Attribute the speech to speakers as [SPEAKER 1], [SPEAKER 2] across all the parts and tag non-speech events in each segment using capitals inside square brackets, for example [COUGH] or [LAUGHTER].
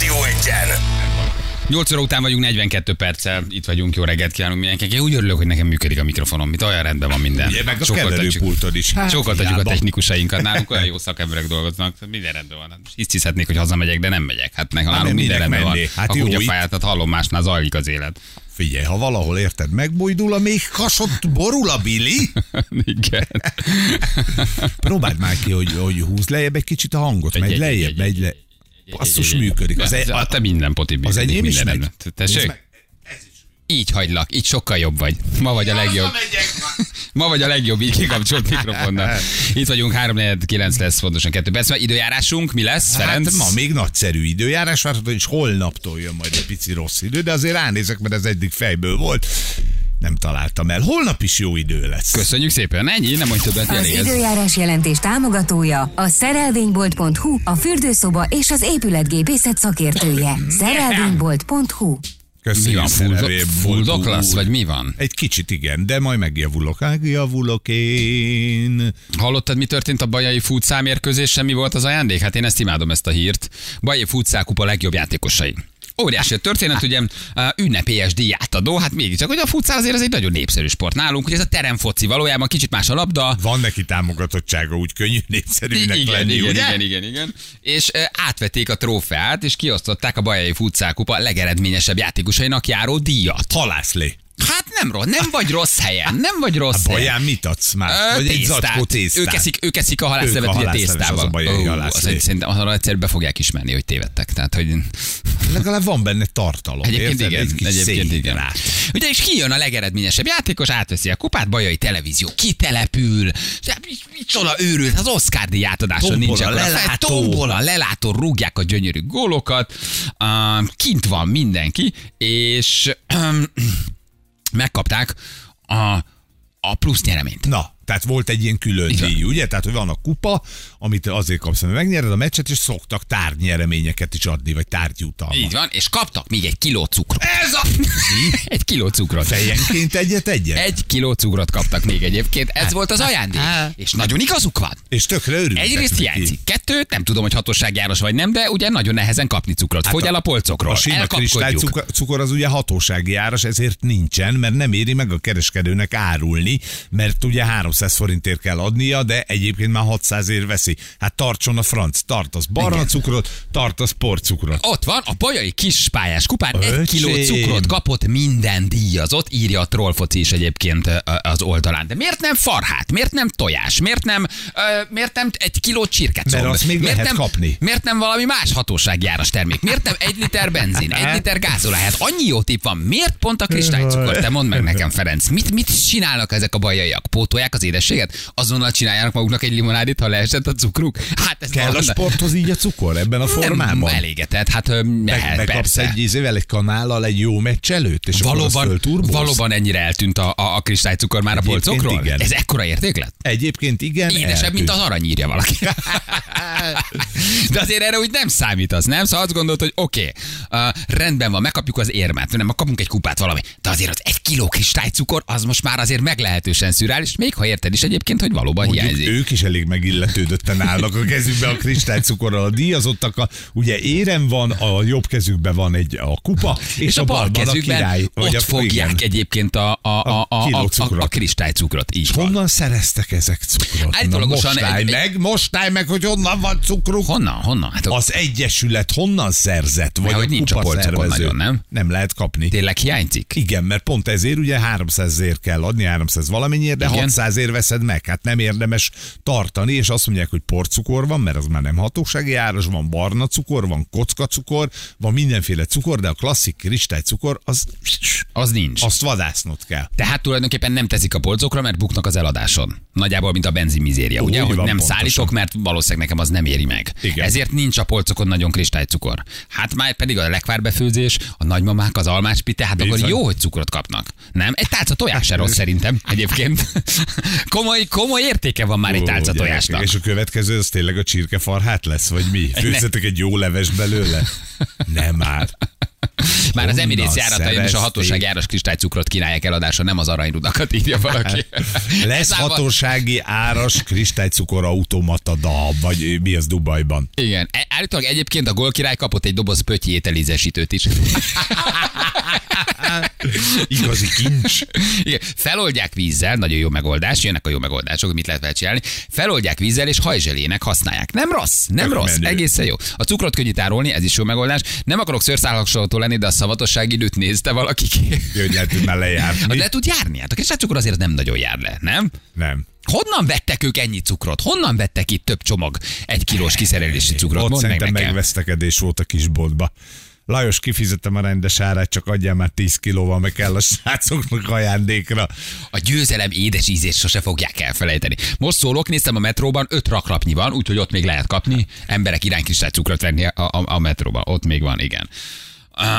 [SPEAKER 1] Nincsen.
[SPEAKER 2] 8 óra után vagyunk, 42 perccel itt vagyunk, jó reggelt kívánunk mindenkinek. Én úgy örülök, hogy nekem működik a mikrofonom, itt olyan rendben van minden.
[SPEAKER 3] Ugye, meg a keverőpultod is. Hát,
[SPEAKER 2] Sokat adjuk a
[SPEAKER 3] hiába.
[SPEAKER 2] technikusainkat,
[SPEAKER 3] [LAUGHS]
[SPEAKER 2] nálunk olyan jó szakemberek dolgoznak, tehát minden rendben van. Hát most Hisztizhetnék, hogy hazamegyek, de nem megyek. Hát nekem nálunk
[SPEAKER 3] nem,
[SPEAKER 2] minden
[SPEAKER 3] minek
[SPEAKER 2] rendben
[SPEAKER 3] menni?
[SPEAKER 2] van. Hát
[SPEAKER 3] Hát
[SPEAKER 2] a
[SPEAKER 3] jó,
[SPEAKER 2] kutyafáját, tehát hallom másnál zajlik az élet. [LAUGHS]
[SPEAKER 3] Figyelj, ha valahol érted, megbújdul a még kasott, borul a bili,
[SPEAKER 2] Igen.
[SPEAKER 3] próbáld már ki, hogy, hogy húz lejjebb egy kicsit a hangot, megy
[SPEAKER 2] egy-
[SPEAKER 3] lejjebb,
[SPEAKER 2] egy-
[SPEAKER 3] megy le. Basszus működik. Az,
[SPEAKER 2] Az,
[SPEAKER 3] e-
[SPEAKER 2] a,
[SPEAKER 3] a,
[SPEAKER 2] Hát, te minden poti működik,
[SPEAKER 3] enyém is
[SPEAKER 2] minden
[SPEAKER 3] megy.
[SPEAKER 2] rendben. Tessék? Így hagylak, így sokkal jobb vagy. Ma vagy a legjobb. Ma vagy a legjobb így
[SPEAKER 3] [LAUGHS]
[SPEAKER 2] kikapcsolt mikrofonnal. Itt vagyunk, 3-4-9 lesz fontosan kettő perc. Mert időjárásunk mi lesz, Ferenc?
[SPEAKER 3] hát ma még nagyszerű időjárás várható, és holnaptól jön majd egy pici rossz idő, de azért ránézek, mert ez eddig fejből volt. Nem találtam el. Holnap is jó idő lesz.
[SPEAKER 2] Köszönjük szépen, ennyi, nem mondj többet,
[SPEAKER 4] Az
[SPEAKER 2] elég ez.
[SPEAKER 4] időjárás jelentés támogatója a szerelvénybolt.hu, a fürdőszoba és az épületgépészet szakértője. Szerelvénybolt.hu
[SPEAKER 2] Mi van,
[SPEAKER 3] szerelvém,
[SPEAKER 2] fuldok
[SPEAKER 3] Boldog
[SPEAKER 2] lesz,
[SPEAKER 3] úr.
[SPEAKER 2] vagy mi van?
[SPEAKER 3] Egy kicsit igen, de majd megjavulok. Megjavulok én.
[SPEAKER 2] Hallottad, mi történt a Bajai futszá mérkőzésen, mi volt az ajándék? Hát én ezt imádom, ezt a hírt. Bajai futszá kupa legjobb játékosai. Óriási a történet, ugye á, ünnepélyes díját adó, hát mégiscsak, hogy a futszál azért ez egy nagyon népszerű sport nálunk, hogy ez a teremfoci valójában kicsit más a labda,
[SPEAKER 3] Van neki támogatottsága, úgy könnyű népszerűnek
[SPEAKER 2] igen,
[SPEAKER 3] lenni,
[SPEAKER 2] igen,
[SPEAKER 3] ugye?
[SPEAKER 2] igen, igen, igen. És e, átvették a trófeát, és kiosztották a Bajai Futszál Kupa legeredményesebb játékosainak járó díjat.
[SPEAKER 3] Halászlé.
[SPEAKER 2] Hát nem rossz, nem vagy rossz helyen, nem vagy rossz helyen.
[SPEAKER 3] Baján mit adsz már?
[SPEAKER 2] Ö,
[SPEAKER 3] Vagy egy
[SPEAKER 2] tésztát.
[SPEAKER 3] zacskó tésztát.
[SPEAKER 2] Ők eszik, ők eszik a
[SPEAKER 3] Ők
[SPEAKER 2] halászlevet,
[SPEAKER 3] a
[SPEAKER 2] ugye
[SPEAKER 3] halászleves, az a
[SPEAKER 2] tésztával.
[SPEAKER 3] bajai
[SPEAKER 2] Ó,
[SPEAKER 3] halászlé.
[SPEAKER 2] az egy- Szerintem arra egyszer be fogják ismerni, hogy tévedtek. Tehát, hogy
[SPEAKER 3] Legalább van benne tartalom.
[SPEAKER 2] egyébként
[SPEAKER 3] érted?
[SPEAKER 2] igen.
[SPEAKER 3] Egy kis
[SPEAKER 2] egyébként
[SPEAKER 3] szén
[SPEAKER 2] igen.
[SPEAKER 3] rá.
[SPEAKER 2] Ugye és kijön a legeredményesebb játékos, átveszi a kupát, bajai televízió kitelepül, és hát mi- micsoda őrült, hát az Oscar díj átadása
[SPEAKER 3] Tombola,
[SPEAKER 2] nincs akkor.
[SPEAKER 3] lelátó.
[SPEAKER 2] Tombola, lelátó, rúgják a gyönyörű gólokat, uh, kint van mindenki, és megkapták a, a plusz nyereményt.
[SPEAKER 3] Na, tehát volt egy ilyen külön
[SPEAKER 2] Igen.
[SPEAKER 3] díj, ugye? Tehát, hogy van a kupa, amit azért kapsz, mert megnyered a meccset, és szoktak tárgynyereményeket is adni, vagy tárgyutalmat.
[SPEAKER 2] Így van, és kaptak még egy kiló cukrot. Ez a...
[SPEAKER 3] [LAUGHS]
[SPEAKER 2] egy kiló cukrot.
[SPEAKER 3] Fejenként egyet-egyet?
[SPEAKER 2] Egy kiló cukrot kaptak még egyébként,
[SPEAKER 3] Hát,
[SPEAKER 2] ez volt az ajándék. És nagyon igazuk van.
[SPEAKER 3] És tökre örültek
[SPEAKER 2] Egyrészt
[SPEAKER 3] neki.
[SPEAKER 2] hiányzik, kettő, nem tudom, hogy hatóságjáros vagy nem, de ugye nagyon nehezen kapni cukrot. Fogy el a polcokról,
[SPEAKER 3] Hát A sima
[SPEAKER 2] elkapkodjuk.
[SPEAKER 3] kristálycukor cukor az ugye hatósági áras, ezért nincsen, mert nem éri meg a kereskedőnek árulni, mert ugye 300 forintért kell adnia, de egyébként már 600 ér veszi. Hát tartson a franc, tartasz barna
[SPEAKER 2] Igen.
[SPEAKER 3] cukrot, tartasz porcukrot.
[SPEAKER 2] Ott van, a bajai kis pályás kupán egy kiló
[SPEAKER 3] Öcsém.
[SPEAKER 2] cukrot kapott minden díjazott, írja a trollfoci is egyébként ö, ö, az oldalán. De miért nem farhát, miért nem tojás, miért nem, ö, miért nem egy kiló csirkecomb?
[SPEAKER 3] Mert azt még
[SPEAKER 2] miért
[SPEAKER 3] lehet
[SPEAKER 2] nem,
[SPEAKER 3] kapni.
[SPEAKER 2] Miért nem valami más hatóságjáras termék? Miért nem egy liter benzin, egy liter gázolaj? Hát annyi jó tip van. Miért pont a kristálycukor? Te mondd meg nekem, Ferenc. Mit, mit csinálnak ezek a bajaiak? Pótolják az édességet? Azonnal csinálják maguknak egy limonádét, ha leesett a cukruk? Hát ez
[SPEAKER 3] Kell a
[SPEAKER 2] valami-
[SPEAKER 3] sporthoz így a cukor ebben a
[SPEAKER 2] nem
[SPEAKER 3] formában?
[SPEAKER 2] elégetett, hát ö,
[SPEAKER 3] Meg,
[SPEAKER 2] mehet,
[SPEAKER 3] megkapsz
[SPEAKER 2] persze.
[SPEAKER 3] egy ízével, egy kanállal egy jó meccs előtt, és
[SPEAKER 2] Valóban, valóban ennyire eltűnt a, a, a kristálycukor már a
[SPEAKER 3] Egyébként
[SPEAKER 2] polcokról?
[SPEAKER 3] igen.
[SPEAKER 2] Ez ekkora érték lett?
[SPEAKER 3] Egyébként igen.
[SPEAKER 2] Édesebb, mint az arany írja
[SPEAKER 3] [LAUGHS]
[SPEAKER 2] valaki. De azért erre úgy nem számítasz, nem? Szóval azt gondolod, hogy oké, okay, uh, rendben van, megkapjuk az érmet, nem, kapunk egy kupát valami. De azért az egy kiló kristálycukor, az most már azért meglehetősen szürális, még ha érted is egyébként, hogy valóban
[SPEAKER 3] Mondjuk
[SPEAKER 2] hiányzik.
[SPEAKER 3] ők is elég megilletődötten állnak a kezükbe a kristálycukorral. A díjazottak, a, ugye érem van, a jobb kezükben van egy a kupa, és,
[SPEAKER 2] és a bal
[SPEAKER 3] balban a
[SPEAKER 2] kezükben
[SPEAKER 3] király.
[SPEAKER 2] ott
[SPEAKER 3] a,
[SPEAKER 2] fogják
[SPEAKER 3] igen.
[SPEAKER 2] egyébként a, a, a, a,
[SPEAKER 3] kiló
[SPEAKER 2] a, a,
[SPEAKER 3] cukrot.
[SPEAKER 2] a kristálycukrot. Így van.
[SPEAKER 3] Honnan szereztek ezek cukrot?
[SPEAKER 2] Állítólagosan
[SPEAKER 3] Na, most állj
[SPEAKER 2] egy- egy-
[SPEAKER 3] meg, most állj meg, hogy honnan van cukruk.
[SPEAKER 2] Honnan, honnan? Hát a-
[SPEAKER 3] Az egyesület honnan szerzett? Vagy
[SPEAKER 2] Mert hogy nincs a
[SPEAKER 3] kupa
[SPEAKER 2] polcokon
[SPEAKER 3] szervező?
[SPEAKER 2] nagyon, nem?
[SPEAKER 3] Nem lehet kapni.
[SPEAKER 2] tényleg hiányzik?
[SPEAKER 3] Igen, mert pont ezért ugye 300 ér kell adni, 300 valamennyiért, de
[SPEAKER 2] Igen.
[SPEAKER 3] 600 ér veszed meg. Hát nem érdemes tartani, és azt mondják, hogy porcukor van, mert az már nem hatósági áras, van barna cukor, van kocka cukor, van mindenféle cukor, de a klasszik kristálycukor, az,
[SPEAKER 2] Az nincs.
[SPEAKER 3] azt vadásznod kell.
[SPEAKER 2] Tehát tulajdonképpen nem teszik a polcokra, mert buknak az eladáson. Nagyjából, mint a benzinmizéria,
[SPEAKER 3] Úgy
[SPEAKER 2] ugye?
[SPEAKER 3] van,
[SPEAKER 2] Hogy nem
[SPEAKER 3] pontosan.
[SPEAKER 2] szállítok, mert valószínűleg nekem az nem éri meg.
[SPEAKER 3] Igen.
[SPEAKER 2] Ezért nincs a polcokon nagyon kristálycukor. Hát már pedig a lekvárbefőzés, a nagymamák, az almácspite, hát akkor
[SPEAKER 3] Bizony.
[SPEAKER 2] jó, hogy cukrot kapnak. Nem? Egy tálca tojás se
[SPEAKER 3] [LAUGHS]
[SPEAKER 2] rossz szerintem egyébként. [LAUGHS] komoly, komoly értéke van már egy
[SPEAKER 3] Ó,
[SPEAKER 2] tálca
[SPEAKER 3] gyerekek,
[SPEAKER 2] tojásnak.
[SPEAKER 3] És a következő az tényleg a csirkefarhát lesz, vagy mi? Főzzetek egy jó leves belőle? Nem már.
[SPEAKER 2] Már az
[SPEAKER 3] Honnan
[SPEAKER 2] Emirates járatain is a
[SPEAKER 3] szerezték?
[SPEAKER 2] hatóság áras kristálycukrot kínálják eladása, nem az aranyrudakat írja
[SPEAKER 3] [LAUGHS]
[SPEAKER 2] valaki.
[SPEAKER 3] Lesz
[SPEAKER 2] [LAUGHS] Ez ám a-
[SPEAKER 3] hatósági áras kristálycukor automata dal, vagy mi az Dubajban?
[SPEAKER 2] Igen. E- Állítólag egyébként a gólkirály kapott egy doboz pötyi
[SPEAKER 3] [LAUGHS]
[SPEAKER 2] ételízesítőt is.
[SPEAKER 3] Igazi kincs.
[SPEAKER 2] Igen. Feloldják vízzel, nagyon jó megoldás, jönnek a jó megoldások, hogy mit lehet vele csinálni. Feloldják vízzel és hajzselének használják. Nem rossz, nem
[SPEAKER 3] Tök
[SPEAKER 2] rossz,
[SPEAKER 3] menő.
[SPEAKER 2] egészen jó. A cukrot könnyű tárolni, ez is jó megoldás. Nem akarok szőrszálhasonlótól lenni, de a szavatosság időt nézte valaki ki.
[SPEAKER 3] Jó, hogy lehet, hogy már lejárt.
[SPEAKER 2] [LAUGHS] Hát
[SPEAKER 3] Mi?
[SPEAKER 2] le tud járni, hát a kisrácukor azért nem nagyon jár le, nem?
[SPEAKER 3] Nem.
[SPEAKER 2] Honnan vettek ők ennyi cukrot? Honnan vettek itt több csomag egy kilós kiszerelési cukrot?
[SPEAKER 3] Ott
[SPEAKER 2] Mondd meg
[SPEAKER 3] szerintem
[SPEAKER 2] nekem.
[SPEAKER 3] megvesztekedés volt a kisboltba. Lajos, kifizetem a rendes árát, csak adjál már 10 kilóval, meg kell a srácoknak ajándékra.
[SPEAKER 2] A győzelem édes ízét sose fogják elfelejteni. Most szólok, néztem a metróban, öt raklapnyi van, úgyhogy ott még lehet kapni. Emberek irány kis cukrot venni a, a, a metróban. Ott még van, igen.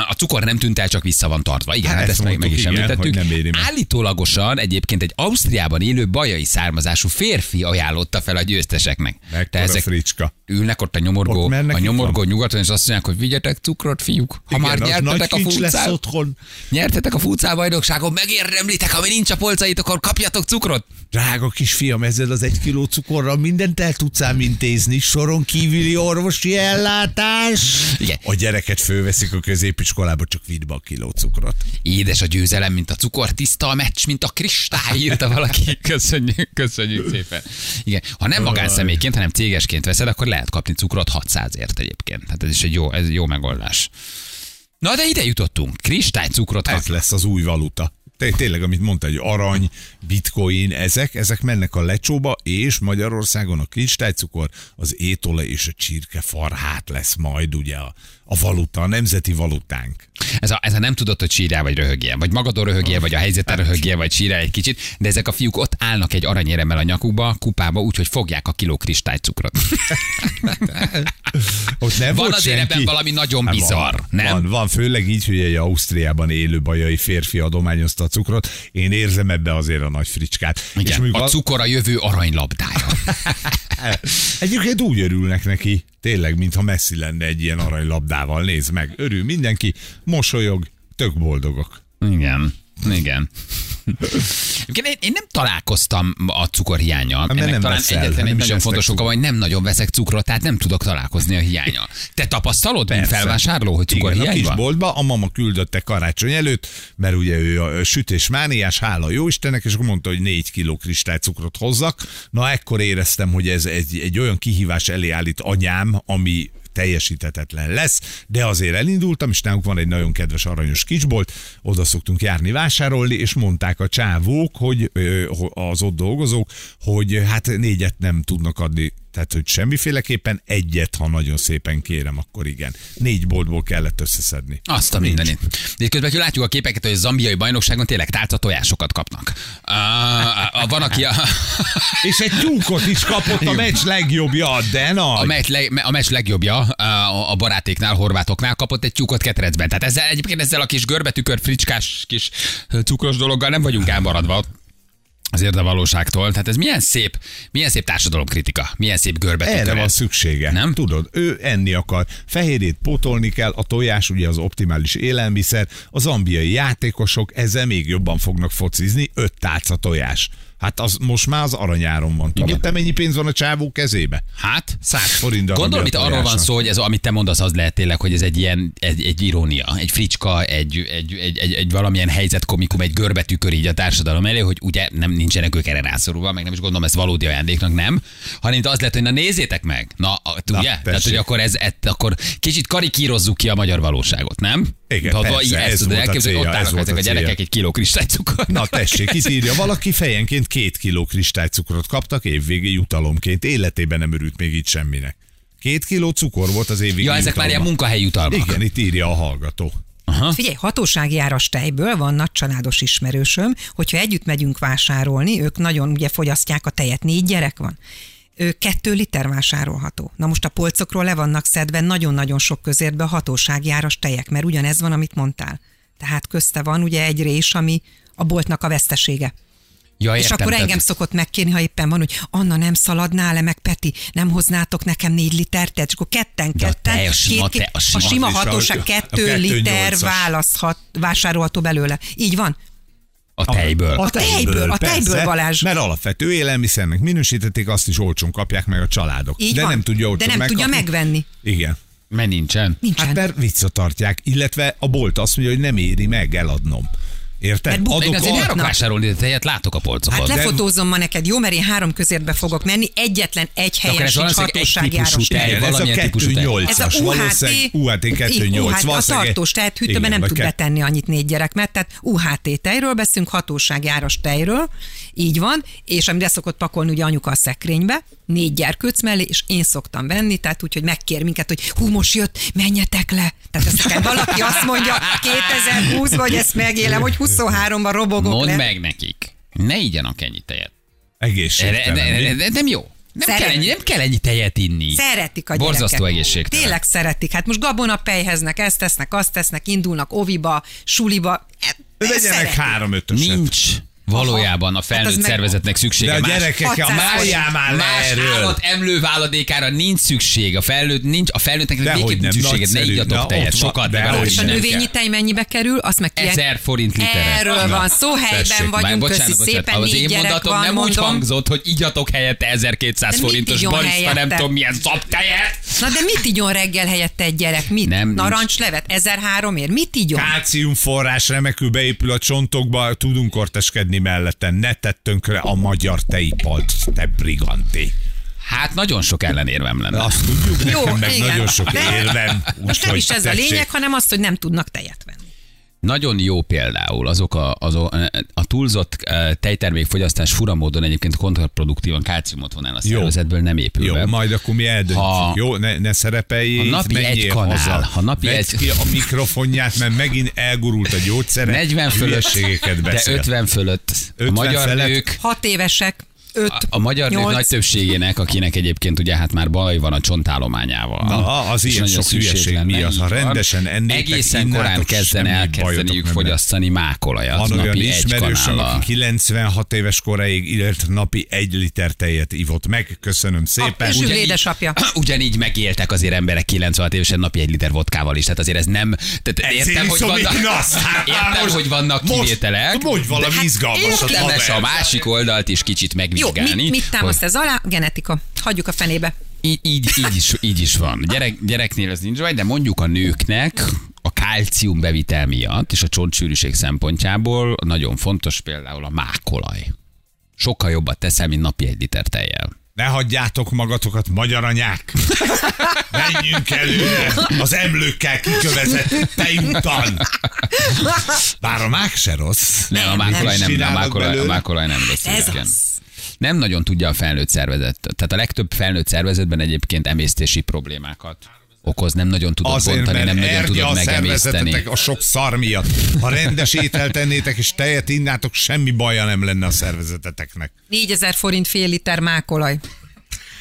[SPEAKER 2] A cukor nem tűnt el, csak vissza van tartva. Igen,
[SPEAKER 3] Hát
[SPEAKER 2] hát,
[SPEAKER 3] ezt
[SPEAKER 2] ezt meg, meg
[SPEAKER 3] mondtuk,
[SPEAKER 2] is
[SPEAKER 3] igen,
[SPEAKER 2] említettük.
[SPEAKER 3] hogy nem éri meg.
[SPEAKER 2] Állítólagosan egyébként egy Ausztriában élő bajai származású férfi ajánlotta fel a győzteseknek. Te
[SPEAKER 3] Mekkora
[SPEAKER 2] ezek-
[SPEAKER 3] fricska.
[SPEAKER 2] ülnek ott a nyomorgó,
[SPEAKER 3] Ott mennek,
[SPEAKER 2] a
[SPEAKER 3] itt
[SPEAKER 2] nyomorgó nyugaton, és azt mondják, hogy vigyetek cukrot, fiúk, ha már
[SPEAKER 3] az nagy
[SPEAKER 2] nyertetek a
[SPEAKER 3] kincs lesz
[SPEAKER 2] futcál,
[SPEAKER 3] otthon.
[SPEAKER 2] nyertetek a futcál bajnokságon, megérdemlitek, ami nincs a polcaitokon, kapjatok cukrot.
[SPEAKER 3] Drága kisfiam, ezzel az egy kiló cukorral mindent el tudsz ám intézni, soron kívüli orvosi ellátás.
[SPEAKER 2] Igen.
[SPEAKER 3] A gyereket fölveszik a középiskolába, csak vidd be a kiló cukrot.
[SPEAKER 2] Édes a győzelem, mint a cukor, tiszta a meccs, mint a kristály, írta valaki. [LAUGHS] Köszönjük, köszönjük szépen. Igen, ha nem magánszemélyként, hanem cégesként veszed, akkor lehet kapni cukrot 600ért egyébként. Tehát ez is egy jó, ez egy jó megoldás. Na de ide jutottunk. Kristály cukrot
[SPEAKER 3] Ez lesz az új valuta. Té- Tényleg, amit mondta, hogy arany, bitcoin, ezek, ezek mennek a lecsóba, és Magyarországon a kristálycukor, az étole és a csirke farhát lesz majd ugye a, a valuta, a nemzeti valutánk.
[SPEAKER 2] Ez a, ez a nem tudod, hogy sírjál vagy röhögjél, vagy magadon röhögjél, vagy a helyzeten röhögjél, vagy sírjál egy kicsit, de ezek a fiúk ott állnak egy aranyéremmel a nyakukba, kupába, úgyhogy fogják a kiló kristálycukrot.
[SPEAKER 3] Ott nem
[SPEAKER 2] Van
[SPEAKER 3] volt
[SPEAKER 2] azért
[SPEAKER 3] senki?
[SPEAKER 2] ebben valami nagyon
[SPEAKER 3] Hát
[SPEAKER 2] bizarr,
[SPEAKER 3] van,
[SPEAKER 2] nem?
[SPEAKER 3] Van, van, főleg így, hogy egy Ausztriában élő bajai férfi adományozta a cukrot. Én érzem ebbe azért a nagy fricskát.
[SPEAKER 2] Igen,
[SPEAKER 3] mondjuk
[SPEAKER 2] a
[SPEAKER 3] az-
[SPEAKER 2] cukor a jövő
[SPEAKER 3] [LAUGHS]
[SPEAKER 2] aranylabdája.
[SPEAKER 3] Egyébként úgy örülnek neki, tényleg, mintha messzi lenne egy ilyen aranylabdával. Nézd meg, örül mindenki, mosolyog, tök boldogok.
[SPEAKER 2] Igen, igen. Egyébként Én, én nem találkoztam a cukorhiányal.
[SPEAKER 3] Hát, mert
[SPEAKER 2] Ennek
[SPEAKER 3] nem
[SPEAKER 2] talán
[SPEAKER 3] veszel,
[SPEAKER 2] egyetlen
[SPEAKER 3] nem
[SPEAKER 2] egy
[SPEAKER 3] is
[SPEAKER 2] nagyon
[SPEAKER 3] esznek
[SPEAKER 2] fontos oka,
[SPEAKER 3] cukrot.
[SPEAKER 2] hogy nem nagyon veszek cukrot, tehát nem tudok találkozni a hiányal. Te tapasztalod, mint
[SPEAKER 3] Persze.
[SPEAKER 2] felvásárló, hogy
[SPEAKER 3] Igen, a
[SPEAKER 2] cukorhiány van?
[SPEAKER 3] kisboltba a mama küldötte karácsony előtt, mert ugye ő a sütésmániás, hála jó Istennek, és akkor mondta, hogy négy kiló kristálycukrot hozzak. Na, ekkor éreztem, hogy ez egy, egy olyan kihívás elé állít anyám, ami teljesíthetetlen lesz, de azért elindultam, és nálunk van egy nagyon kedves aranyos kisbolt, oda szoktunk járni vásárolni, és mondták a csávók, hogy ö, ho- az ott dolgozók, hogy hát négyet nem tudnak adni tehát, hogy semmiféleképpen egyet, ha nagyon szépen kérem, akkor igen. Négy boltból kellett összeszedni.
[SPEAKER 2] Azt a mindenit. De közben ki látjuk a képeket, hogy a zambiai bajnokságon tényleg tálca tojásokat kapnak. A, a, a, van, aki a,
[SPEAKER 3] És egy tyúkot is kapott a meccs legjobbja, de na.
[SPEAKER 2] a, meccs, le, a meccs legjobbja a, a barátéknál, horvátoknál kapott egy tyúkot ketrecben. Tehát ezzel, egyébként ezzel a kis görbetükör, fricskás kis cukros dologgal nem vagyunk elmaradva az a valóságtól. Tehát ez milyen szép, milyen szép társadalomkritika, milyen szép görbetükör.
[SPEAKER 3] Erre van
[SPEAKER 2] ez.
[SPEAKER 3] szüksége.
[SPEAKER 2] Nem?
[SPEAKER 3] Tudod, ő enni akar. Fehérjét pótolni kell, a tojás ugye az optimális élelmiszer, az ambiai játékosok ezzel még jobban fognak focizni, öt tálca tojás. Hát az most már az aranyáron van. Tudod, te mennyi pénz van a csávó kezébe?
[SPEAKER 2] Hát,
[SPEAKER 3] 100 forint darabja
[SPEAKER 2] Gondolom,
[SPEAKER 3] a
[SPEAKER 2] itt arról van
[SPEAKER 3] tojásnak.
[SPEAKER 2] szó, hogy ez, amit te mondasz, az lehet tényleg, hogy ez egy ilyen, egy, egy irónia, egy fricska, egy, egy, egy, egy, egy valamilyen helyzetkomikum, egy görbetükör így a társadalom elé, hogy ugye nem nincsenek ők erre rászorulva, meg nem is gondolom ezt valódi ajándéknak, nem, hanem itt az lehet, hogy na nézzétek meg, na, a- ugye, tehát
[SPEAKER 3] tessék.
[SPEAKER 2] hogy akkor ez, ett, akkor kicsit karikírozzuk ki a magyar valóságot, nem?
[SPEAKER 3] Igen,
[SPEAKER 2] ha
[SPEAKER 3] persze,
[SPEAKER 2] így ezt
[SPEAKER 3] ez
[SPEAKER 2] tudod
[SPEAKER 3] volt a
[SPEAKER 2] elképzelni,
[SPEAKER 3] célja, ez
[SPEAKER 2] ott állnak
[SPEAKER 3] volt
[SPEAKER 2] ezek
[SPEAKER 3] a
[SPEAKER 2] a gyerekek
[SPEAKER 3] célja.
[SPEAKER 2] egy kiló kristálycukornak.
[SPEAKER 3] Na tessék, itt írja valaki, fejenként két kiló kristálycukrot kaptak évvégi jutalomként. Életében nem örült még itt semminek. Két kiló cukor volt az évvégi
[SPEAKER 2] [LAUGHS] Ja, ezek már ilyen
[SPEAKER 3] jutalma.
[SPEAKER 2] munkahelyi jutalmak.
[SPEAKER 3] Igen, itt írja a hallgató.
[SPEAKER 1] Figyelj, hatósági áras tejből van nagy családos ismerősöm, hogyha együtt megyünk vásárolni, ők nagyon ugye fogyasztják a tejet, négy gyerek van. Ő kettő liter vásárolható. Na most a polcokról le vannak szedve nagyon-nagyon sok közértbe a hatósági áras tejek, mert ugyanez van, amit mondtál. Tehát közte van ugye egy rés, ami a boltnak a vesztesége.
[SPEAKER 2] Ja,
[SPEAKER 1] és
[SPEAKER 2] értem,
[SPEAKER 1] akkor
[SPEAKER 2] tehát-
[SPEAKER 1] engem szokott megkérni, ha éppen van, hogy Anna nem szaladnál le, meg Peti, nem hoznátok nekem négy liter tejet, és akkor ketten,
[SPEAKER 2] De a
[SPEAKER 1] ketten,
[SPEAKER 2] tej, a sima tej, a
[SPEAKER 1] a
[SPEAKER 2] sima-
[SPEAKER 1] sima, sima
[SPEAKER 3] és a-
[SPEAKER 1] hatóság
[SPEAKER 3] a
[SPEAKER 1] kettő,
[SPEAKER 3] kettő
[SPEAKER 1] liter
[SPEAKER 3] nyolcas.
[SPEAKER 1] választhat, vásárolható belőle. Így van?
[SPEAKER 2] A tejből.
[SPEAKER 1] A tejből, a
[SPEAKER 3] persze,
[SPEAKER 1] tejből, Balázs.
[SPEAKER 3] Mert alapvető élelmiszernek minősítették, azt is olcsón kapják meg a családok.
[SPEAKER 1] Így
[SPEAKER 3] de
[SPEAKER 1] van.
[SPEAKER 3] nem tudja olcsón
[SPEAKER 1] De nem tudja
[SPEAKER 3] megkapni.
[SPEAKER 1] megvenni.
[SPEAKER 3] Igen.
[SPEAKER 2] Mert nincsen.
[SPEAKER 1] Nincsen.
[SPEAKER 3] Hát mert viccot tartják, illetve a bolt azt mondja, hogy nem éri meg eladnom. Érted?
[SPEAKER 1] Mert bu-
[SPEAKER 2] Én
[SPEAKER 1] Adok
[SPEAKER 2] azért
[SPEAKER 1] a-
[SPEAKER 2] járok
[SPEAKER 1] Na.
[SPEAKER 2] vásárolni, de tejet látok a polcokon.
[SPEAKER 1] Hát
[SPEAKER 2] de
[SPEAKER 1] lefotózom ma neked, jó, mert én három közértbe fogok menni, egyetlen egy
[SPEAKER 2] akkor
[SPEAKER 1] helyen
[SPEAKER 2] ez
[SPEAKER 1] sincs
[SPEAKER 2] valószínűleg egy
[SPEAKER 1] hatóságjáros
[SPEAKER 2] típusú tej.
[SPEAKER 1] tej.
[SPEAKER 3] Igen, ez a
[SPEAKER 2] valamilyen típusú tej.
[SPEAKER 3] 2.8-as.
[SPEAKER 1] Ez a UHT,
[SPEAKER 3] valószínűleg UHT 2.8.
[SPEAKER 1] a
[SPEAKER 3] valószínűleg-
[SPEAKER 1] tartós tehetfűtőben
[SPEAKER 3] Igen,
[SPEAKER 1] nem
[SPEAKER 3] vagy
[SPEAKER 1] tud
[SPEAKER 3] kett-
[SPEAKER 1] betenni annyit négy gyerek, mert tehát UHT tejről beszünk, hatóságjáros tejről, így van, és amire szokott pakolni ugye anyuka a szekrénybe, négy gyerkőc mellé, és én szoktam venni, tehát úgyhogy megkér minket, hogy hú, most jött, menjetek le. Tehát ezt nekem valaki azt
[SPEAKER 3] [LAUGHS]
[SPEAKER 1] mondja 2020-ban, hogy ezt megélem, hogy 23-ban robogok le.
[SPEAKER 2] Mondd meg nekik. Ne igyanak ennyi tejet. Erre-
[SPEAKER 3] Egészségtelen.
[SPEAKER 2] ne-
[SPEAKER 3] mi?
[SPEAKER 2] ne- ne- Nem jó. Nem
[SPEAKER 1] Szeret-
[SPEAKER 2] kell, ennyi, nem kell ennyi tejet inni.
[SPEAKER 1] Szeretik a gyerekek.
[SPEAKER 2] Borzasztó egészségtelen.
[SPEAKER 1] Tényleg szeretik. Hát most gabona pejheznek, ezt tesznek, azt tesznek, indulnak oviba, suliba. E-
[SPEAKER 3] Legyenek
[SPEAKER 1] szeretik.
[SPEAKER 3] három ötöset.
[SPEAKER 2] Nincs valójában a felnőtt
[SPEAKER 1] Hát az meg-
[SPEAKER 2] szervezetnek szüksége.
[SPEAKER 3] De a
[SPEAKER 2] más-
[SPEAKER 3] gyerekek a
[SPEAKER 1] 600
[SPEAKER 3] májá már
[SPEAKER 2] Más
[SPEAKER 3] erről.
[SPEAKER 2] állat emlő váladékára nincs szükség. A felnőtt nincs, a felnőttnek
[SPEAKER 3] Dehogy
[SPEAKER 2] végképp
[SPEAKER 3] nem,
[SPEAKER 2] nincs szüksége. Ne
[SPEAKER 3] nagyszerű.
[SPEAKER 2] igyatok
[SPEAKER 3] Na, ott
[SPEAKER 2] tejet,
[SPEAKER 3] van,
[SPEAKER 2] sokat, de
[SPEAKER 3] dehogy
[SPEAKER 2] valahogy
[SPEAKER 1] És a
[SPEAKER 3] nem kell.
[SPEAKER 1] növényi tej mennyibe kerül, azt meg ki-
[SPEAKER 2] Ezer forint liter.
[SPEAKER 1] Erről van szó, helyben
[SPEAKER 3] Tessék,
[SPEAKER 1] vagyunk,
[SPEAKER 2] Bár,
[SPEAKER 1] köszi
[SPEAKER 2] bocsánat, bocsánat,
[SPEAKER 1] szépen,
[SPEAKER 2] az
[SPEAKER 1] négy
[SPEAKER 2] én
[SPEAKER 1] gyerek
[SPEAKER 2] mondatom
[SPEAKER 1] van,
[SPEAKER 2] nem úgy
[SPEAKER 1] mondom.
[SPEAKER 2] hangzott, hogy igyatok helyette 1200
[SPEAKER 1] De mit
[SPEAKER 2] forintos
[SPEAKER 1] igyon
[SPEAKER 2] barista, nem
[SPEAKER 1] helyette?
[SPEAKER 2] tudom milyen szaptejet.
[SPEAKER 1] Na de mit igyon reggel helyette egy gyerek? Mit?
[SPEAKER 2] Nem, nincs.
[SPEAKER 1] Narancslevet? 1003 ér? Mit igyon?
[SPEAKER 3] Kálcium forrás remekül beépül a csontokba, tudunk korteskedni mellette. Ne tett tönkre a magyar teipalt, te briganti.
[SPEAKER 2] Hát nagyon sok ellenérvem lenne.
[SPEAKER 3] Azt tudjuk,
[SPEAKER 1] Jó,
[SPEAKER 3] nekem meg
[SPEAKER 1] igen.
[SPEAKER 3] nagyon sok
[SPEAKER 1] De-
[SPEAKER 3] érvem.
[SPEAKER 1] Most nem
[SPEAKER 3] úgyhogy
[SPEAKER 1] is ez a
[SPEAKER 3] tessék.
[SPEAKER 1] lényeg, hanem az, hogy nem tudnak tejet venni.
[SPEAKER 2] Nagyon jó például azok a, azok, a túlzott eh, tejtermékfogyasztás furamódon egyébként kontraproduktívan kálciumot von el a szervezetből, nem épül
[SPEAKER 3] Jó,
[SPEAKER 2] be.
[SPEAKER 3] majd akkor mi eldöntjük.
[SPEAKER 2] Ha-
[SPEAKER 3] Ha, jó, ne, ne szerepeljél,
[SPEAKER 2] Ha napi
[SPEAKER 3] menjél
[SPEAKER 2] egy kanál,
[SPEAKER 3] haza.
[SPEAKER 2] ha napi
[SPEAKER 3] Vedd
[SPEAKER 2] egy-
[SPEAKER 3] ki a mikrofonját, mert megint elgurult a gyógyszere.
[SPEAKER 2] 40 fölött,
[SPEAKER 3] hülyeségeket
[SPEAKER 2] de
[SPEAKER 3] beszél.
[SPEAKER 2] 50 fölött.
[SPEAKER 3] 50
[SPEAKER 2] a magyar
[SPEAKER 3] felett?
[SPEAKER 2] nők,
[SPEAKER 1] Hat évesek, öt,
[SPEAKER 2] a, a magyar nők
[SPEAKER 1] nyolc.
[SPEAKER 2] nagy többségének, akinek egyébként ugye hát már baj van a csontállományával.
[SPEAKER 3] Na, az
[SPEAKER 2] És
[SPEAKER 3] ilyen
[SPEAKER 2] nagyon
[SPEAKER 3] sok
[SPEAKER 2] szükség
[SPEAKER 3] hülyeség
[SPEAKER 2] lenne,
[SPEAKER 3] miatt,
[SPEAKER 2] így
[SPEAKER 3] ha
[SPEAKER 2] van.
[SPEAKER 3] rendesen ennétek,
[SPEAKER 2] Egészen
[SPEAKER 3] innátok,
[SPEAKER 2] korán kezden
[SPEAKER 3] semmi
[SPEAKER 2] elkezdeniük
[SPEAKER 3] bajotok nem lenne.
[SPEAKER 2] fogyasztani mákolajat
[SPEAKER 3] Van olyan
[SPEAKER 2] napi egy
[SPEAKER 3] ismerősöm,
[SPEAKER 2] kanállal.
[SPEAKER 3] aki 96 éves koráig illet napi egy liter tejet ivott meg. Köszönöm szépen.
[SPEAKER 1] és ő
[SPEAKER 2] Ugyanígy-
[SPEAKER 1] édesapja.
[SPEAKER 2] [CLEARS THROAT] Ugyanígy megéltek azért emberek 96 évesen napi egy liter vodkával is. Tehát azért ez nem... Tehát
[SPEAKER 3] Ezért
[SPEAKER 2] értem, hogy
[SPEAKER 3] iszom
[SPEAKER 2] vannak,
[SPEAKER 3] én azt. Hát,
[SPEAKER 2] [LAUGHS] értem,
[SPEAKER 3] most-
[SPEAKER 2] hogy vannak
[SPEAKER 3] most
[SPEAKER 2] kivételek.
[SPEAKER 3] mondj valami
[SPEAKER 2] de hát
[SPEAKER 3] izgalmasat,
[SPEAKER 2] Érdemes
[SPEAKER 3] haver.
[SPEAKER 2] a másik oldalt is kicsit
[SPEAKER 1] Jó,
[SPEAKER 2] megvizsgálni.
[SPEAKER 1] mit, mit
[SPEAKER 2] hogy
[SPEAKER 1] támaszt ez alá? Genetika. Hagyjuk a
[SPEAKER 2] [LAUGHS]
[SPEAKER 1] fenébe.
[SPEAKER 2] Így, így, így, is, így is van. Gyerek, gyereknél ez nincs baj, de mondjuk a nőknek a kálcium bevitel miatt és a csontsűrűség szempontjából nagyon fontos például a mákolaj. Sokkal jobbat teszel, mint napi egy liter tejjel.
[SPEAKER 3] Ne hagyjátok magatokat, magyar
[SPEAKER 2] [LAUGHS]
[SPEAKER 3] anyák! Menjünk előre az emlőkkel kikövezett tejúton! Bár a mák se rossz.
[SPEAKER 2] Nem, a
[SPEAKER 1] Nem,
[SPEAKER 2] mákolaj
[SPEAKER 3] nem
[SPEAKER 2] nem, nem a,
[SPEAKER 3] csinálnak
[SPEAKER 2] mákolaj, a
[SPEAKER 3] belőle.
[SPEAKER 2] mákolaj nem rossz.
[SPEAKER 1] Ez
[SPEAKER 2] igen.
[SPEAKER 1] az.
[SPEAKER 2] Nem nagyon tudja a felnőtt szervezet. Tehát a legtöbb felnőtt szervezetben egyébként emésztési problémákat okoz, nem nagyon tudod
[SPEAKER 3] Azért,
[SPEAKER 2] bontani,
[SPEAKER 3] mert
[SPEAKER 2] nem nagyon
[SPEAKER 3] erdi
[SPEAKER 2] tudod
[SPEAKER 3] a
[SPEAKER 2] megemészteni.
[SPEAKER 3] szervezetetek a sok szar miatt. Ha rendes ételt tennétek és tejet innátok, semmi baja nem lenne a szervezeteteknek.
[SPEAKER 1] 4000 forint fél liter mákolaj.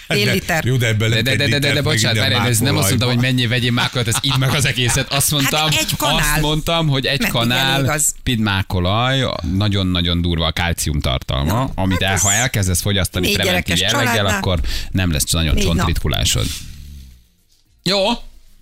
[SPEAKER 1] Fél
[SPEAKER 3] De-
[SPEAKER 1] liter.
[SPEAKER 3] Jó, de ebből
[SPEAKER 2] De,
[SPEAKER 3] lett
[SPEAKER 2] de,
[SPEAKER 3] egy
[SPEAKER 2] de, de, de,
[SPEAKER 3] liter,
[SPEAKER 2] de
[SPEAKER 3] meg
[SPEAKER 2] bocsánat,
[SPEAKER 3] innen
[SPEAKER 2] várj, ez nem azt mondtam,
[SPEAKER 3] mákolajba.
[SPEAKER 2] hogy mennyi vegyél mákolat, ez így meg az egészet. Azt mondtam,
[SPEAKER 1] Hát egy kanál.
[SPEAKER 2] azt mondtam hogy egy
[SPEAKER 1] Meg igen,
[SPEAKER 2] kanál
[SPEAKER 1] igaz.
[SPEAKER 2] pidmákolaj, nagyon-nagyon durva a kálcium tartalma,
[SPEAKER 1] Na,
[SPEAKER 2] amit
[SPEAKER 1] hát
[SPEAKER 2] el,
[SPEAKER 1] ez-
[SPEAKER 2] ha elkezdesz fogyasztani
[SPEAKER 1] Négy
[SPEAKER 2] preventív
[SPEAKER 1] gyerekes
[SPEAKER 2] jelleggel,
[SPEAKER 1] családnál.
[SPEAKER 2] akkor nem lesz nagyon
[SPEAKER 1] Négy nap.
[SPEAKER 2] csontritkulásod. Jó,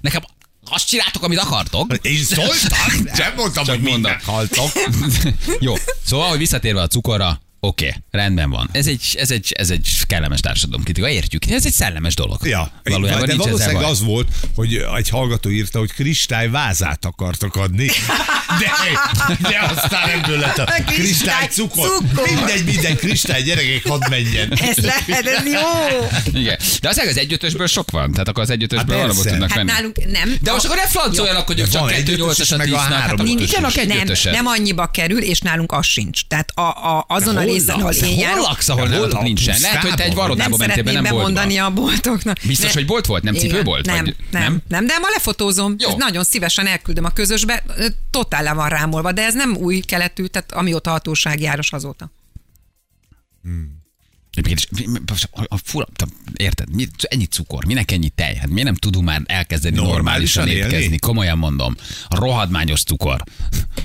[SPEAKER 2] nekem azt csináltok, amit akartok.
[SPEAKER 3] Én szóltam,
[SPEAKER 2] [LAUGHS]
[SPEAKER 3] nem mondtam,
[SPEAKER 2] Csak
[SPEAKER 3] hogy mind
[SPEAKER 2] mondom.
[SPEAKER 3] meghaltok.
[SPEAKER 2] [LAUGHS] Jó, szóval, hogy visszatérve a cukorra, oké, okay, rendben van. Ez egy, ez egy, ez egy kellemes társadalom kritika, értjük. Ez egy szellemes dolog.
[SPEAKER 3] Ja,
[SPEAKER 2] Valójában
[SPEAKER 3] de
[SPEAKER 2] nincs ezzel
[SPEAKER 3] valószínűleg
[SPEAKER 2] baj.
[SPEAKER 3] az volt, hogy egy hallgató írta, hogy kristály vázát akartak adni, de, de aztán ebből lett a
[SPEAKER 1] [LAUGHS] Kristály
[SPEAKER 3] kristály cukor.
[SPEAKER 1] cukor.
[SPEAKER 3] Mindegy, minden kristály gyerekek, hadd
[SPEAKER 1] [LAUGHS]
[SPEAKER 3] menjen.
[SPEAKER 1] Ez lehet, ez jó.
[SPEAKER 2] Igen. De az az egyötösből sok van, tehát akkor az egyötösből
[SPEAKER 3] Hát
[SPEAKER 2] hát
[SPEAKER 3] persze.
[SPEAKER 2] tudnak
[SPEAKER 1] Hát
[SPEAKER 2] venni.
[SPEAKER 1] nálunk nem.
[SPEAKER 2] De most
[SPEAKER 1] A-
[SPEAKER 2] akkor ne flancoljanak, hogy ők
[SPEAKER 3] De
[SPEAKER 2] csak
[SPEAKER 3] van
[SPEAKER 2] kettő
[SPEAKER 3] egyötös
[SPEAKER 2] nyolcasat
[SPEAKER 3] meg a
[SPEAKER 2] isznak. Hát
[SPEAKER 3] három
[SPEAKER 2] akkor
[SPEAKER 3] ötös is.
[SPEAKER 2] igyanak
[SPEAKER 1] nem,
[SPEAKER 2] egyötöset.
[SPEAKER 1] nem annyiba kerül, és nálunk az sincs. Tehát a, a, azon a
[SPEAKER 2] Hol
[SPEAKER 1] részen, ahol
[SPEAKER 2] laksz?
[SPEAKER 1] én
[SPEAKER 2] Hol
[SPEAKER 1] járok,
[SPEAKER 2] laksz, ahol
[SPEAKER 3] De hol
[SPEAKER 2] nálatok
[SPEAKER 3] laksz?
[SPEAKER 2] nincsen? Lehet, hogy te egy
[SPEAKER 3] Nem
[SPEAKER 2] varodába
[SPEAKER 1] nem
[SPEAKER 2] mentél be,
[SPEAKER 1] szeretném
[SPEAKER 2] nem boltba.
[SPEAKER 1] bemondani a boltoknak.
[SPEAKER 2] Biztos, hogy bolt volt? Nem
[SPEAKER 1] Igen.
[SPEAKER 2] cipőbolt?
[SPEAKER 1] Nem,
[SPEAKER 2] Vagy-
[SPEAKER 1] nem,
[SPEAKER 2] nem?
[SPEAKER 1] nem, nem, de ma lefotózom.
[SPEAKER 2] Jó.
[SPEAKER 1] Jó. Nagyon szívesen elküldöm a közösbe. Ö, Totál le van rámolva, de ez nem új keletű, tehát amióta hatóságjáros azóta.
[SPEAKER 2] Egyébként is, mi- mi- a- a fura, te- érted, mi- ennyi cukor, minek ennyi tej? Hát miért nem tudunk már elkezdeni
[SPEAKER 3] Normálisan
[SPEAKER 2] normálisan
[SPEAKER 3] élni?
[SPEAKER 2] étkezni? Komolyan mondom. A rohadmányos cukor.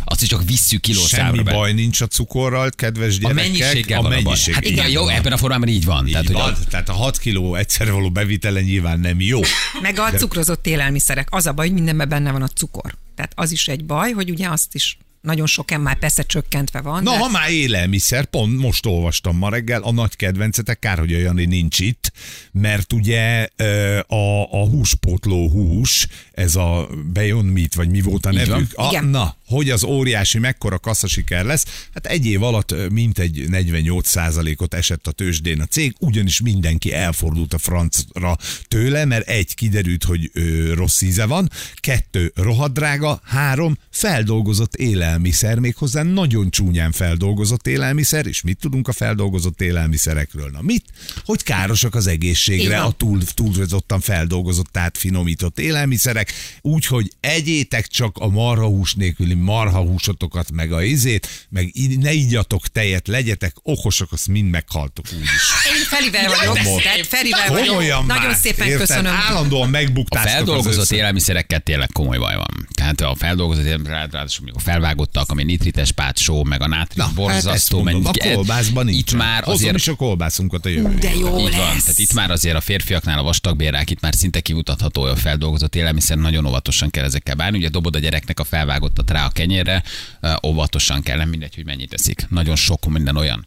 [SPEAKER 2] Azt is csak visszük
[SPEAKER 3] Semmi
[SPEAKER 2] kilószámra. be.
[SPEAKER 3] baj nincs a cukorral, kedves
[SPEAKER 2] A
[SPEAKER 3] gyerekek.
[SPEAKER 2] mennyiséggel van a baj.
[SPEAKER 3] mennyiség.
[SPEAKER 2] Hát igen,
[SPEAKER 3] így
[SPEAKER 2] jó,
[SPEAKER 3] van.
[SPEAKER 2] ebben a formában így van.
[SPEAKER 3] Így
[SPEAKER 2] Tehát, hogy
[SPEAKER 3] van.
[SPEAKER 2] a-
[SPEAKER 3] Tehát a 6 kiló egyszer való bevitele nyilván nem jó.
[SPEAKER 1] Meg a cukrozott élelmiszerek. Az a baj, hogy mindenben benne van a cukor. Tehát az is egy baj, hogy ugye azt is nagyon sokan már persze csökkentve van.
[SPEAKER 3] Na,
[SPEAKER 1] de...
[SPEAKER 3] ha már élelmiszer, pont most olvastam ma reggel, a nagy kedvencetek, kár, hogy a Jani nincs itt, mert ugye ö, a, a húspótló hús, ez a Beyond Meat, vagy mi volt a
[SPEAKER 2] Így van.
[SPEAKER 3] nevük, a,
[SPEAKER 1] Igen.
[SPEAKER 3] na, hogy az óriási, mekkora kasszasiker lesz, hát egy év alatt ö, mintegy 48%-ot esett a tőzsdén a cég, ugyanis mindenki elfordult a francra tőle, mert egy, kiderült, hogy ö, rossz íze van, kettő, rohadrága, három, feldolgozott élelmiszer, méghozzá nagyon csúnyán feldolgozott élelmiszer, és mit tudunk a feldolgozott élelmiszerekről? Na mit? Hogy károsak az egészségre
[SPEAKER 1] Így
[SPEAKER 3] a
[SPEAKER 1] van.
[SPEAKER 3] túl, túlzottan feldolgozott, tehát finomított élelmiszerek, úgyhogy egyétek csak a marhahús nélküli marhahúsotokat, meg a izét, meg í- ne igyatok tejet, legyetek okosak, azt mind meghaltok úgyis.
[SPEAKER 1] Én Ferivel vagyok.
[SPEAKER 3] most.
[SPEAKER 1] Tehát Ferivel
[SPEAKER 3] Komolyan
[SPEAKER 1] vagyok.
[SPEAKER 3] már,
[SPEAKER 1] Nagyon szépen
[SPEAKER 3] érted?
[SPEAKER 1] köszönöm.
[SPEAKER 3] Állandóan
[SPEAKER 2] A
[SPEAKER 3] megbuktáztok
[SPEAKER 2] feldolgozott
[SPEAKER 3] az összes-
[SPEAKER 2] élelmiszerekkel tényleg komoly baj van. Tehát a feldolgozott élelmiszerek, ráadásul még a felvágottak, ami nitrites pátsó, meg a nátrium
[SPEAKER 3] Na, hát ezt
[SPEAKER 2] borzasztó.
[SPEAKER 3] mondom,
[SPEAKER 2] mennyi-
[SPEAKER 3] a kolbászban nincs.
[SPEAKER 2] Itt már
[SPEAKER 3] Hozom
[SPEAKER 2] azért
[SPEAKER 3] is a kolbászunkat a jövő.
[SPEAKER 1] De jó
[SPEAKER 2] Így
[SPEAKER 1] lesz.
[SPEAKER 2] van, tehát itt már azért a férfiaknál a vastagbérák, itt már szinte kimutatható hogy a feldolgozott élelmiszer, nagyon óvatosan kell ezekkel bánni. Ugye dobod a gyereknek a felvágottat rá a kenyérre, ö, óvatosan kell, nem mindegy, hogy mennyit eszik. Nagyon sok minden olyan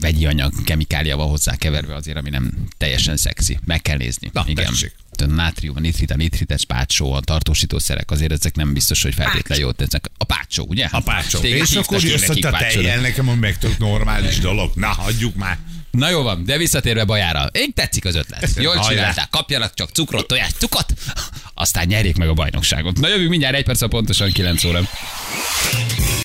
[SPEAKER 2] vegyi anyag, kemikália van hozzá keverve azért, ami nem teljesen szexi. Meg kell nézni.
[SPEAKER 3] Na, tessék.
[SPEAKER 2] A nátrium, a nitrit, a nitrites pácsó, a tartósítószerek, azért ezek nem biztos, hogy feltétlenül jót tesznek. A pácsó, ugye?
[SPEAKER 3] A pácsó.
[SPEAKER 2] Téged
[SPEAKER 3] És
[SPEAKER 2] hívtak,
[SPEAKER 3] akkor
[SPEAKER 2] hogy
[SPEAKER 3] jössz ott
[SPEAKER 2] nekik
[SPEAKER 3] a
[SPEAKER 2] pácsolnak.
[SPEAKER 3] tejjel nekem, hogy meg tök normális dolog. Na, hagyjuk már.
[SPEAKER 2] Na jó van, de visszatérve bajára. Én tetszik az ötlet. Jól
[SPEAKER 3] Hajrá.
[SPEAKER 2] csinálták. Kapjanak csak cukrot, tojást, cukot, aztán nyerjék meg a bajnokságot. Na jövünk mindjárt egy perc a pontosan 9 óra.